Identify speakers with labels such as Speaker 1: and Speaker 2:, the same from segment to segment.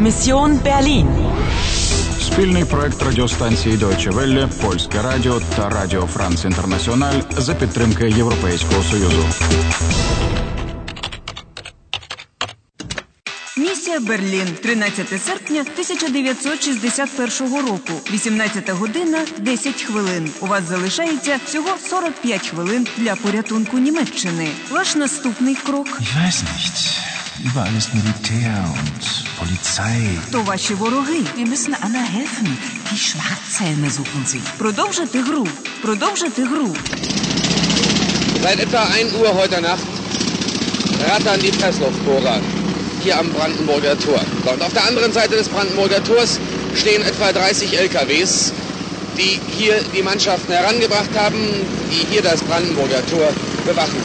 Speaker 1: Mission Berlin.
Speaker 2: Спільний проект радіостанції Deutsche Welle, Польське Радіо та Радіо Франц Інтернаціональ за підтримки Європейського Союзу.
Speaker 3: Місія Берлін, 13 серпня 1961 року, 18 година 10 хвилин. У вас залишається всього 45 хвилин для порятунку Німеччини. Ваш наступний крок
Speaker 4: Ich weiß nicht. Überall ist Militär und Polizei.
Speaker 3: то ваші вороги.
Speaker 1: Wir müssen Anna helfen. Die Schwarzhelme suchen sie.
Speaker 3: Продовжити гру. Продовжити гру.
Speaker 5: Seit etwa 1 Uhr heute Nacht rattern die Pressluftbohrer hier am Brandenburger Tor. So, Und auf der anderen Seite des Brandenburger Tors stehen etwa 30 LKWs, die hier die Mannschaften herangebracht haben, die hier das Brandenburger Tor bewachen.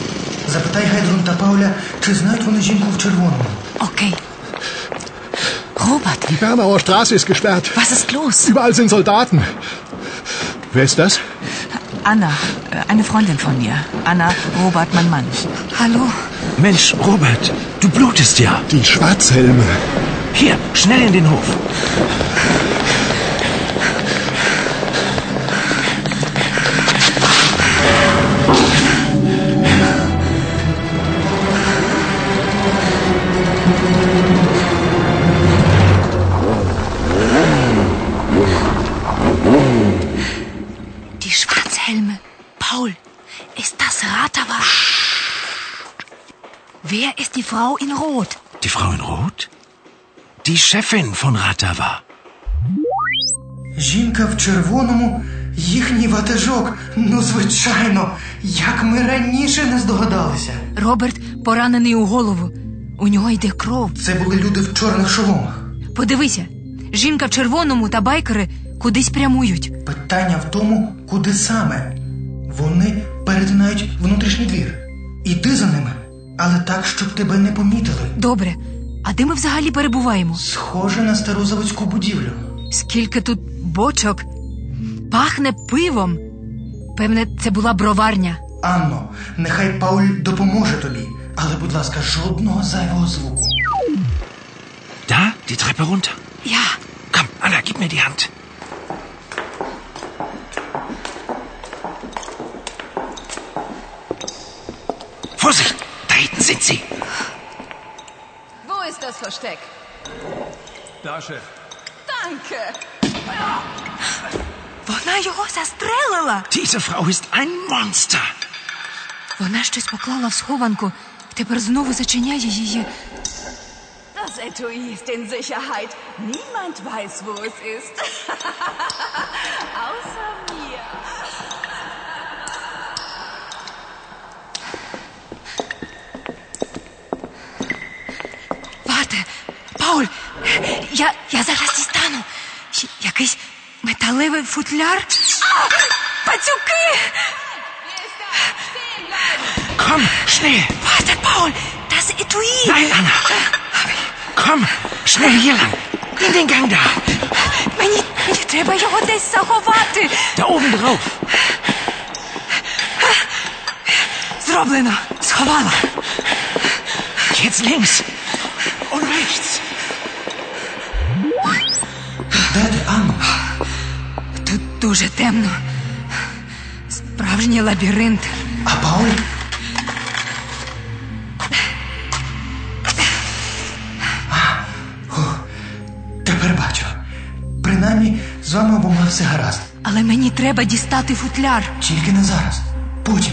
Speaker 6: Запитай Гедрун та Пауля, чи знають вони жінку в червоному.
Speaker 1: Okay. Robert,
Speaker 7: Die Bernauer Straße ist gesperrt.
Speaker 1: was ist los?
Speaker 7: Überall sind Soldaten. Wer ist das?
Speaker 1: Anna, äh, eine Freundin von mir. Anna, Robert, mein Mann. Hallo.
Speaker 4: Mensch, Robert, du blutest ja.
Speaker 7: Die Schwarzhelme.
Speaker 4: Hier, schnell in den Hof.
Speaker 8: Die Schwarzhelme. Paul, ist das Ratava? Wer ist die Frau in Rot?
Speaker 4: Die Frau in Rot? Die Chefin von Ratava.
Speaker 6: Жінка в червоному, їхній ватажок. Ну, звичайно, як ми раніше не здогадалися.
Speaker 8: Роберт поранений у голову. У нього йде кров.
Speaker 6: Це були люди в чорних шоломах.
Speaker 8: Подивися, жінка в червоному та байкери кудись прямують.
Speaker 6: Питання в тому, куди саме. Вони перетинають внутрішній двір. Іди за ними, але так, щоб тебе не помітили.
Speaker 8: Добре. А де ми взагалі перебуваємо?
Speaker 6: Схоже на стару заводську будівлю.
Speaker 8: Скільки тут бочок? Пахне пивом. Певне, це була броварня.
Speaker 6: Анно, нехай Пауль допоможе тобі, але, будь ласка, жодного зайвого звуку.
Speaker 4: Da, die Treppe runter.
Speaker 8: Я.
Speaker 4: Komm, Anna, gib mir die Hand. Vorsicht, da hinten sind sie.
Speaker 9: Wo ist das Versteck?
Speaker 4: Da, Chef.
Speaker 9: Danke.
Speaker 8: Вона його застрелила.
Speaker 4: Diese Frau ist ein Monster.
Speaker 8: Вона щось поклала в схованку. Тепер знову зачиняє її.
Speaker 9: Das Etui ist in Sicherheit. Niemand weiß, wo es ist. Außer mir.
Speaker 8: Вате, Пауль, я, я зараз дістану. Щ- Якийсь металевий футляр. А, пацюки!
Speaker 4: Komm, schnell.
Speaker 8: Вате, Пауль, das Etui.
Speaker 4: Nein, Anna. Komm, schnell hier lang. In den Gang da.
Speaker 8: Мені, мені треба його десь заховати.
Speaker 4: Da oben drauf.
Speaker 8: Зроблено. Сховала.
Speaker 4: Jetzt links. Und rechts.
Speaker 6: Де ти, Анно?
Speaker 8: Тут дуже темно. Справжній лабіринт.
Speaker 6: А Пауль? А, о, Тепер бачу. Принаймні, з вами обома все гаразд.
Speaker 8: Але мені треба дістати футляр.
Speaker 6: Тільки не зараз. Потім.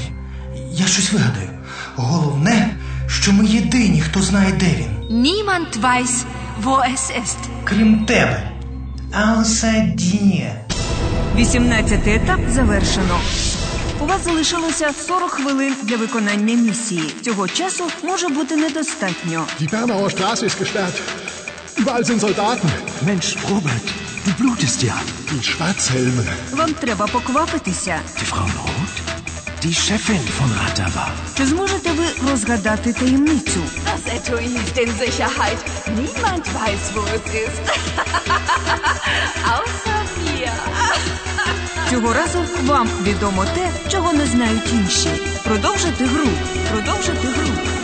Speaker 6: Я щось вигадаю. Головне, що ми єдині, хто знає, де він.
Speaker 8: Niemand weiß, wo es ist.
Speaker 6: Крім тебе. Аусадія.
Speaker 3: 18 етап завершено. У вас залишилося 40 хвилин для виконання місії. Цього часу може бути недостатньо.
Speaker 7: Die Bernauer Straße ist gesperrt. Überall sind Soldaten.
Speaker 4: Mensch, Robert, du blutest ja.
Speaker 7: Die Schwarzhelme.
Speaker 3: Вам треба поквапитися.
Speaker 4: Die Frau in Rot? Die Chefin von Ratava.
Speaker 3: Чи зможете ви розгадати таємницю?
Speaker 9: Das Etui ist in Sicherheit. Niemand weiß, wo es ist. Außer mir.
Speaker 3: Цього разу вам відомо те, чого не знають інші. Продовжити гру. Продовжити гру.